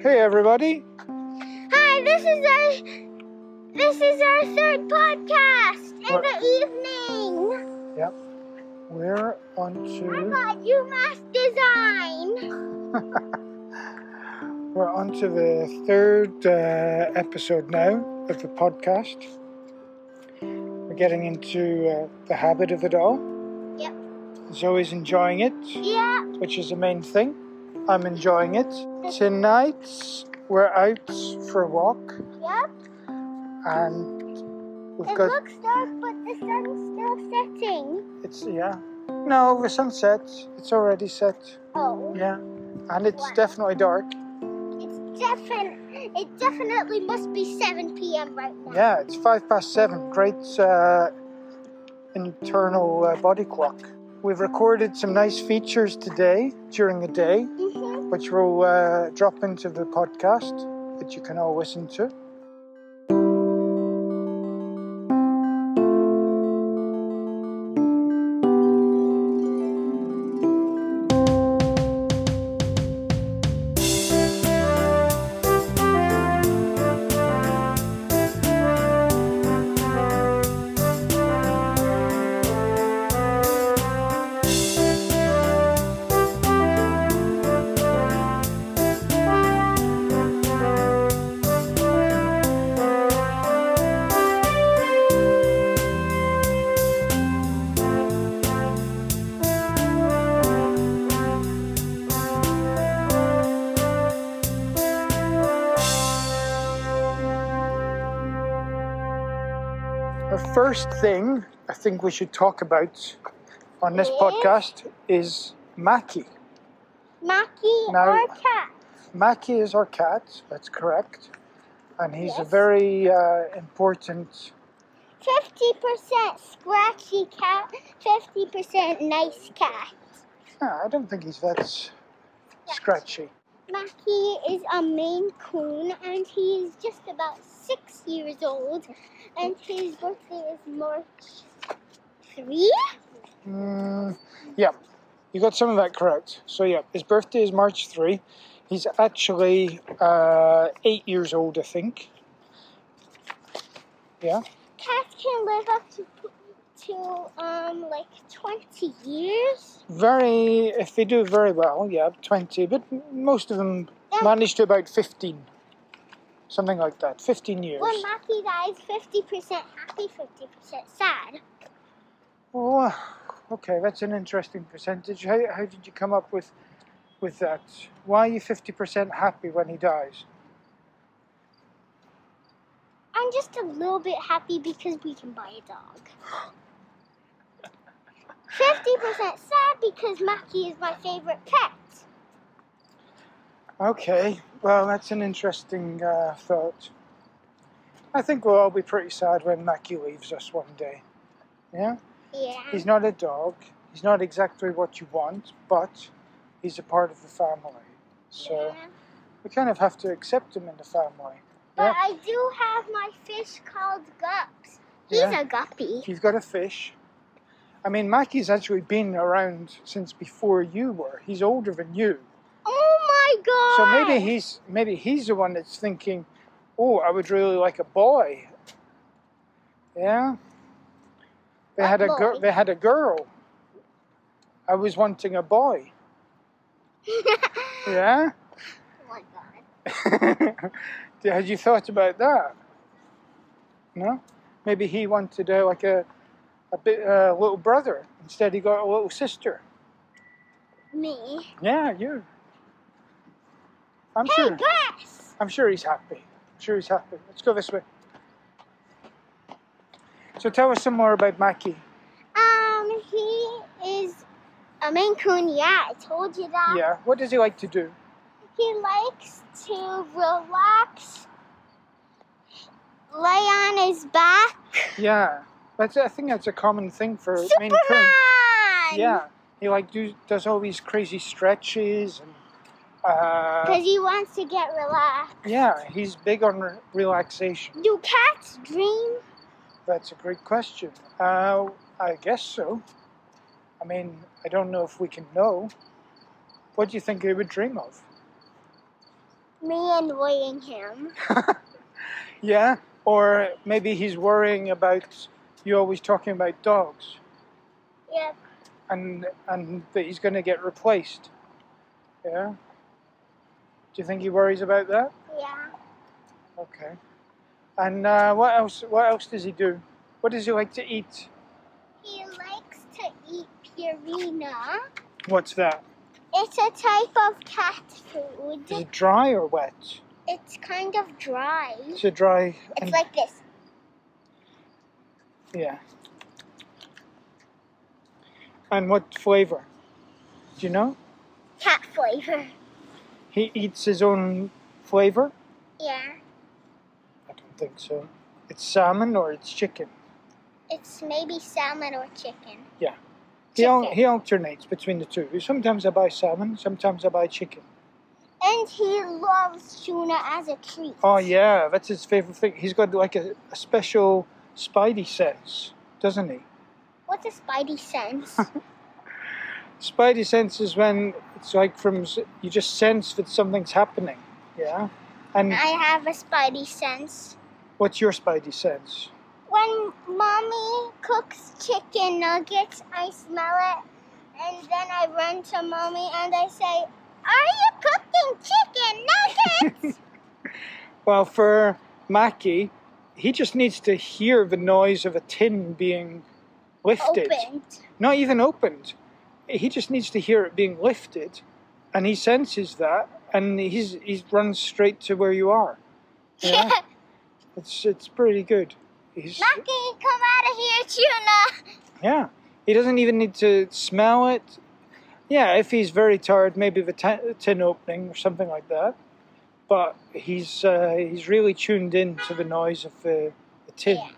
Hey, everybody. Hi, this is our this is our third podcast in What? the evening. Yep. We're on I'm to at UMass Design. we're on to the third uh, episode now of the podcast. We're getting into uh, the habit of it all. Yep. Zoe's enjoying it, Yeah, which is the main thing. I'm enjoying it. Tonight we're out for a walk, yep. and we've It got looks dark, but the sun's still setting. it's yeah. No, the sun set. It's already set. Oh, Yeah, and it's Wow. definitely dark. it's definite. It definitely must be 7 p.m. right now. Yeah, it's five past seven. Great uh, internal uh, body clock. We've recorded some nice features today during the day, hmm which will uh, drop into the podcast that you can all listen to. The first thing I think we should talk about on this Yes. podcast is Mackie. Mackie Now- or cat? Mackie is our cat, that's correct. And he's a Yes. very uh, important 50% scratchy cat, 50% nice cat. Ah, I don't think he's that s- scratchy. Mackie is a Maine Coon, and he is just about six years old, and his birthday is March three. Mm, yeah, you got some of that correct. So yeah, his birthday is March three. He's actually uh, eight years old, I think. Yeah, Cats can live up to to um like twenty years. very. If they do very well, yeah, twenty. But m- most of them Yeah. manage to about fifteen, something like that. Fifteen years. When Mackie dies, fifty percent happy, fifty percent sad. Oh, okay, that's an interesting percentage. How, how did you come up with with that? Why are you fifty percent happy when he dies? I'm just a little bit happy because we can buy a dog. Fifty percent sad because Mackie is my favorite pet. Okay, well, that's an interesting uh, thought. I think we'll all be pretty sad when Mackie leaves us one day. Yeah? Yeah. He's not a dog, he's not exactly what you want, but he's a part of the family. So Yeah. we kind of have to accept him in the family. But Yeah. I do have my fish called Gups. He's Yeah. a guppy. You've got a fish. I mean, Mackie's actually been around since before you were. He's older than you. Oh So my god! maybe he's maybe he's the one that's thinking, "Oh, I would really like a boy." Yeah. They A had a girl. boy. They had a girl. I was wanting a boy. Yeah. oh my god. had you thought about that? No. Maybe he wanted uh, like a a bit uh, little brother. Instead, he got a little sister. Me. Yeah, you. I'm Hey, sure. Gus! I'm sure he's happy. I'm sure he's happy. Let's go this way. So tell us some more about Mackie. Um, he is a Maine Coon. Yeah, I told you that. Yeah. What does he like to do? He likes to relax, lay on his back. Yeah. That's I think that's a common thing for Maine Superman! Coon. Yeah. He like do, does all these crazy stretches and uh, Because he wants to get relaxed. yeah, he's big on re- relaxation. Do cats dream? That's a great question. Uh, I guess so. I mean, I don't know if we can know. What do you think he would dream of? me and weighing him. Yeah, or maybe he's worrying about you always talking about dogs Yep. and and that he's going to get replaced. Yeah. Do you think he worries about that? Yeah. Okay. And uh, what else? What else does he do? What does he like to eat? He likes to eat Purina. What's that? It's a type of cat Is food. it dry or wet? It's kind of dry. It's a dry. It's and- like this. yeah. And what flavor? Do you know? Cat flavor. He eats his own flavor. Yeah. I don't think so. It's salmon or it's chicken. It's maybe salmon or chicken. He, al- Chicken. he alternates between the two. Sometimes I buy salmon, sometimes I buy chicken. And he loves tuna as a treat. Oh yeah, that's his favorite thing. He's got like a, a special Spidey sense, doesn't he? What's a spidey sense? Spidey sense is when it's like from s- you just sense that something's happening. Yeah. And I have a spidey sense. what's your Spidey sense? When mommy cooks chicken nuggets, I smell it, and then I run to mommy and I say, "Are you cooking chicken nuggets?" Well, for Mackie, he just needs to hear the noise of a tin being lifted. Opened. Not even opened. He just needs to hear it being lifted, and he senses that, and he's he runs straight to where you are. Yeah. It's it's pretty good. He's Lucky, come out of here, tuna. yeah. He doesn't even need to smell it. Yeah, if he's very tired, maybe the ti- tin opening or something like that. But he's uh, he's really tuned in to the noise of the, the tin. Yeah.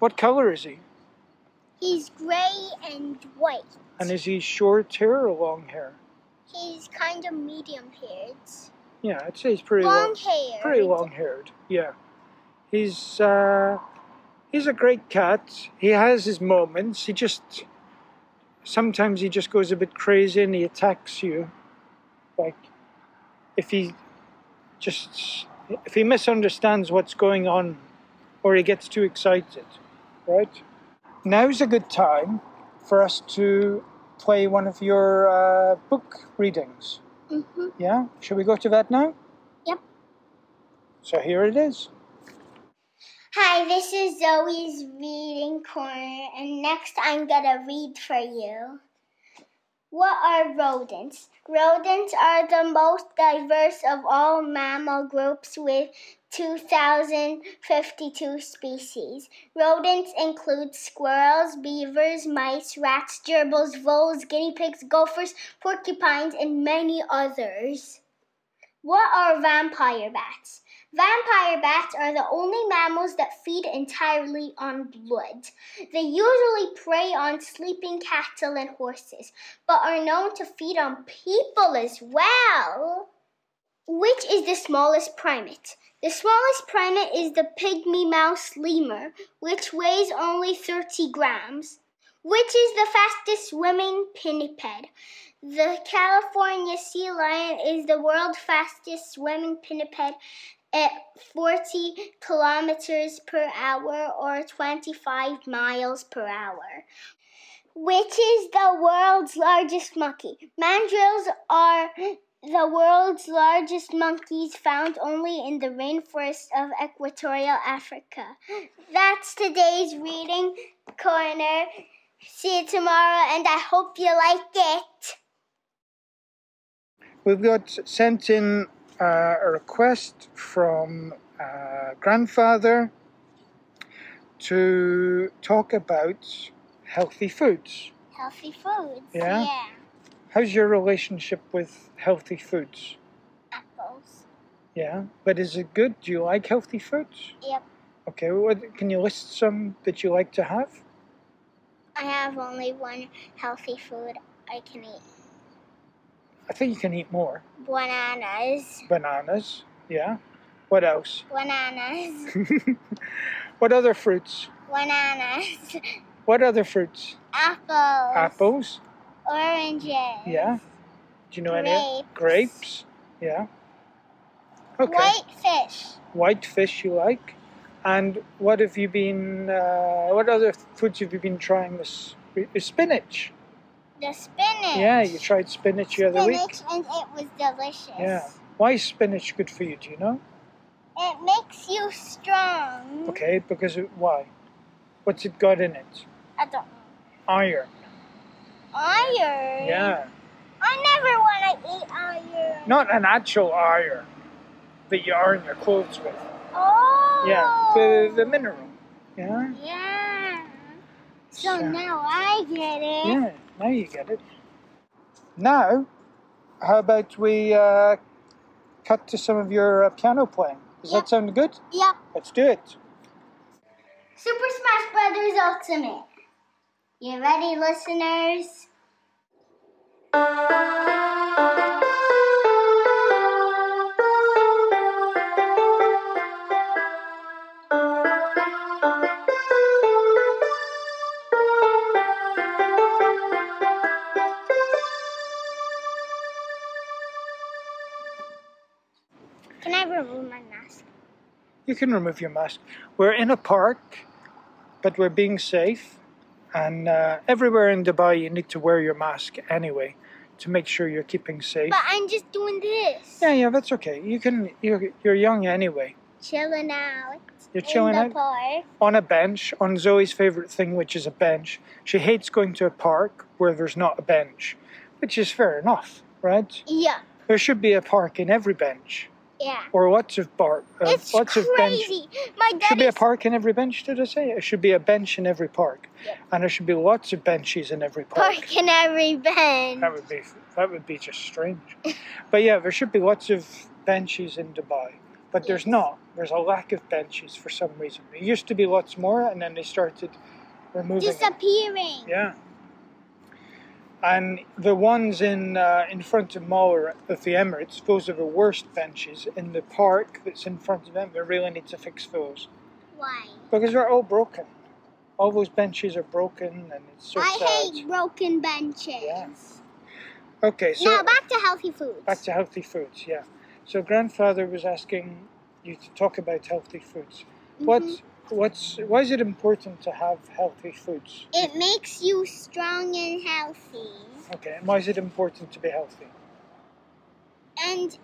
What color is he? He's gray and white. And is he short hair or long hair? He's kind of medium haired. Yeah, I'd say he's pretty Long hair. pretty long haired. Yeah, he's uh, he's a great cat. He has his moments. He just sometimes he just goes a bit crazy and he attacks you. Like if he just if he misunderstands what's going on, or he gets too excited, right? Now's a good time for us to play one of your uh, book readings. Mm-hmm. Yeah, should we go to that now? Yep. So here it is. Hi, this is Zoe's Reading Corner, and next I'm gonna read for you. What are rodents? Rodents are the most diverse of all mammal groups with 2,052 species. Rodents include squirrels, beavers, mice, rats, gerbils, voles, guinea pigs, gophers, porcupines, and many others. What are vampire bats? Vampire bats are the only mammals that feed entirely on blood. They usually prey on sleeping cattle and horses, but are known to feed on people as well. Which is the smallest primate? The smallest primate is the pygmy mouse lemur, which weighs only 30 grams. Which is the fastest swimming pinniped? The California sea lion is the world's fastest swimming pinniped at 40 kilometers per hour or 25 miles per hour. Which is the world's largest monkey? Mandrills are the world's largest monkeys found only in the rainforest of equatorial Africa. That's today's reading corner. See you tomorrow, and I hope you liked it. We've got sent in uh, a request from uh, grandfather to talk about healthy foods. Healthy foods. Yeah? How's your relationship with healthy foods? Apples. Yeah, but is it good? Do you like healthy foods? Yep. Okay, what, can you list some that you like to have? I have only one healthy food I can eat. I think you can eat more. Bananas. Bananas, yeah. What else? Bananas. what other fruits? Bananas. What other fruits? Apples. Apples, Oranges. yeah. Do you know any? grapes. Grapes. Yeah. Okay. White fish. White fish you like. And what have you been, uh, what other foods have you been trying this? Spinach. The spinach. Yeah, you tried spinach the other week. Spinach and it was delicious. Yeah. Why is spinach good for you, do you know? It makes you strong. Okay, because it, why? What's it got in it? I don't know. Iron. Iron. Yeah. I never want to eat iron. Not an actual iron that you iron your clothes with. Oh. Yeah. The, the mineral. Yeah. Yeah. So Yeah. now I get it. Yeah, now you get it. Now, how about we uh, cut to some of your uh, piano playing? Does Yeah. that sound good? Yep. Let's do it. Super Smash Brothers Ultimate. You ready, listeners? Can I remove my mask? You can remove your mask. We're in a park, but we're being safe. And uh, everywhere in Dubai, you need to wear your mask anyway to make sure you're keeping safe. But I'm just doing this. Yeah, yeah, that's okay. You can. You're, you're young anyway. Chilling out. You're chilling in the out park. on a bench on Zoe's favorite thing, which is a bench. She hates going to a park where there's not a bench, which is fair enough, right? Yeah, There should be a park in every bench, yeah. or lots of park, uh, It's lots of bench. crazy. My Should dad be a is park in every bench. Did I say it should be a bench in every park, Yeah. and there should be lots of benches in every park. park in every bench. That would be that would be just strange. but yeah, there should be lots of benches in Dubai, but there's Yes. not. There's a lack of benches for some reason. There used to be lots more, and then they started removing. them. Disappearing. Yeah. And the ones in uh, in front of Mall of the Emirates, those are the worst benches in the park that's in front of them. They really need to fix those Why? because they're all broken. All those benches are broken, and it's so sad. I hate broken benches. Yeah. Okay, so now back to healthy foods. back to healthy foods. Yeah. So grandfather was asking you to talk about healthy foods. Mm-hmm. What? What's why is it important to have healthy foods? It makes you strong and healthy. Okay, and why is it important to be healthy? And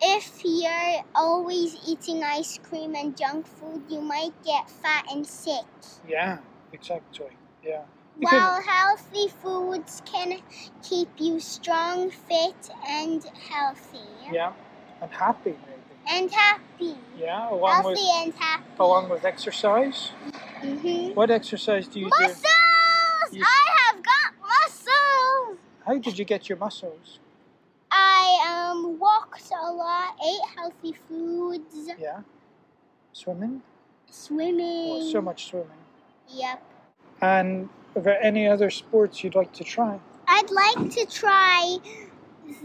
if you're always eating ice cream and junk food, you might get fat and sick. Yeah, exactly. Yeah. You can- While healthy foods can keep you strong, fit, and healthy. Yeah, and happy maybe. And happy. Yeah, along Healthy with and happy. along with exercise. hmm What exercise do you do? Muscles! You- I have got muscles! How did you get your muscles? I um, walked a lot, ate healthy foods, Yeah, swimming. swimming. Well, Mm. so much swimming. Yep. And are there any other sports you'd like to try? I'd like to try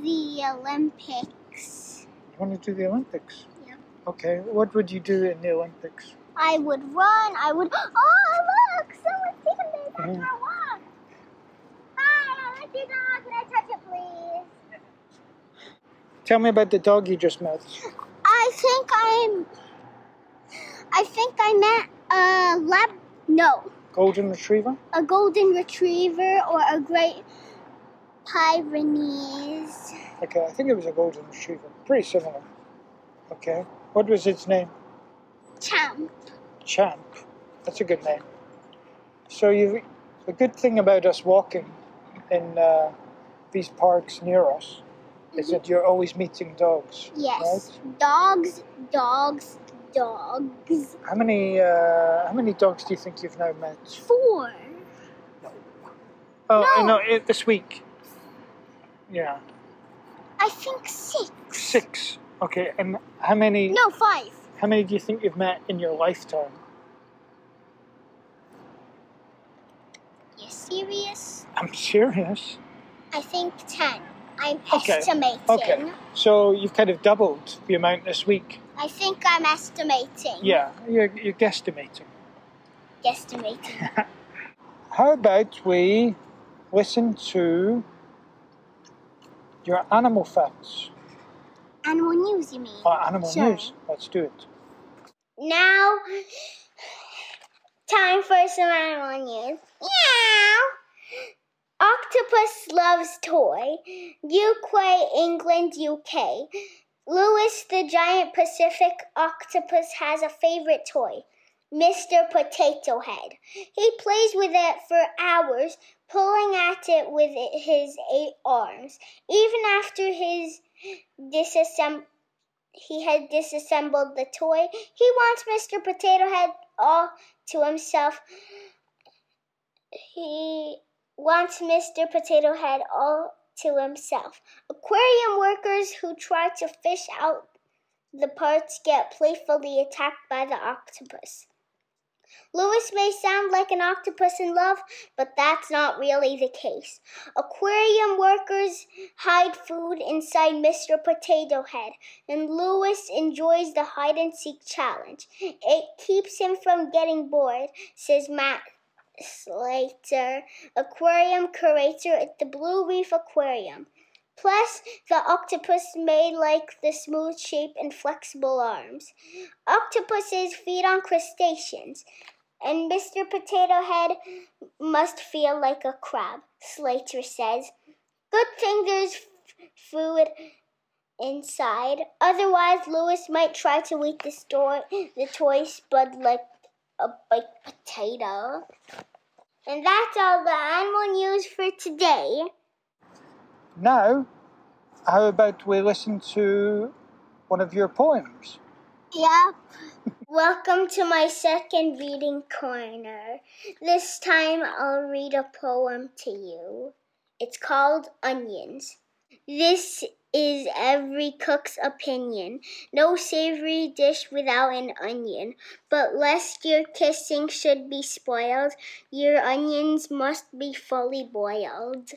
the Olympics. You want to do the Olympics? Yeah. Okay. What would you do in the Olympics? I would run. I would. Oh, look! Someone's taking me back Mhm. for a walk. Hi, I like your dog. Can I touch it, please? Tell me about the dog you just met. I think I'm. I think I met a lab. No, Golden retriever. a golden retriever or a great Pyrenees. Okay, I think it was a golden retriever. Pretty similar. Okay. What was its name? Champ. Champ. That's a good name. So you, the good thing about us walking in uh, these parks near us is that Mm-hmm. you're always meeting dogs. Yes. Dogs, dogs, dogs. How many uh, how many dogs do you think you've now met? Four. Oh, No. no, it, this week. Yeah, I think six. six. Okay, and how many No, five. how many do you think you've met in your lifetime? You serious? I'm serious. I think ten. I'm Okay. estimating. Okay. So you've kind of doubled the amount this week. I think I'm estimating. Yeah, you're, you're guesstimating. Guesstimating. How about we listen to your animal facts? Animal news, you mean? Oh, animal Sure. news. Let's do it. Now, time for some animal news. Meow. Octopus loves toy. UK, England, UK. Lewis the giant Pacific octopus has a favorite toy, Mr. Potato Head. He plays with it for hours, pulling at it with i- his eight arms. Even after his disassemb- he had disassembled the toy, he wants Mr. Potato Head all to himself. He wants Mr. Potato Head all to himself. Aquarium workers who try to fish out the parts get playfully attacked by the octopus. Lewis may sound like an octopus in love, but that's not really the case. Aquarium workers hide food inside Mr. Potato Head, and Lewis enjoys the hide and seek challenge. It keeps him from getting bored, says Matt Slater, aquarium curator at the Blue Reef Aquarium. Plus, the octopus may like the smooth shape and flexible arms. Octopuses feed on crustaceans, and Mr. Potato Head must feel like a crab, Slater says. Good thing there's f- food inside. Otherwise, Lewis might try to eat the, store- the toy spud like a big potato. And that's all the animal news for today. Now, how about we listen to one of your poems? Yep. Welcome to my second reading corner. This time I'll read a poem to you. It's called Onions. This is every cook's opinion. No savory dish without an onion. But lest your kissing should be spoiled, your onions must be fully boiled.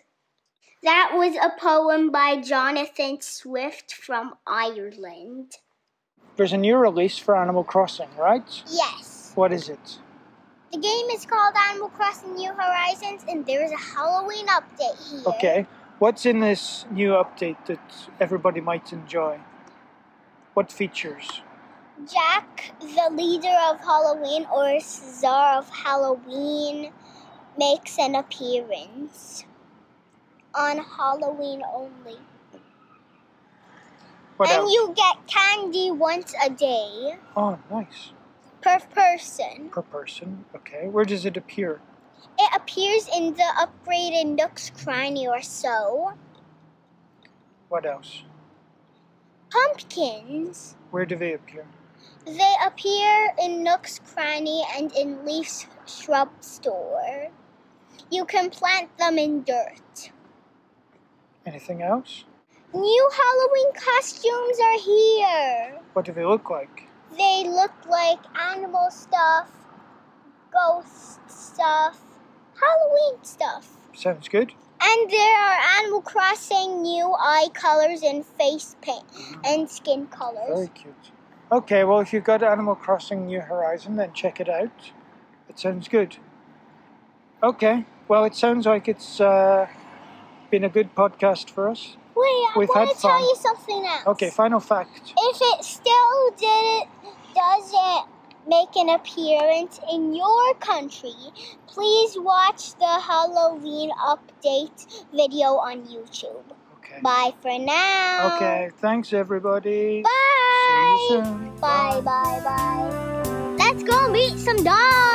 That was a poem by Jonathan Swift from Ireland. There's a new release for Animal Crossing, right? Yes. What is it? The game is called Animal Crossing New Horizons, and there is a Halloween update here. Okay. What's in this new update that everybody might enjoy? What features? Jack, the leader of Halloween, or Czar of Halloween, makes an appearance on Halloween only. What and else? you get candy once a day oh, nice. per person. Per person. Okay. Where does it appear? It appears in the upgraded Nook's Cranny or so. What else? Pumpkins. Where do they appear? They appear in Nook's Cranny and in Leaf's shrub store. You can plant them in dirt. Anything else? New Halloween costumes are here. What do they look like? They look like animal stuff, ghost stuff, Halloween stuff. Sounds good. And there are Animal Crossing new eye colors and face paint and skin colors. Very cute. Okay, well, if you've got Animal Crossing New Horizon, then check it out. It sounds good. Okay, well, it sounds like it's uh, been a good podcast for us. Wait, I We've want had to tell fun. you something else. Okay, final fact. if it still didn't doesn't make an appearance in your country, please watch the Halloween update video on YouTube. Okay. Bye for now. Okay, thanks everybody. Bye. See you soon. Bye bye bye. Let's go meet some dogs.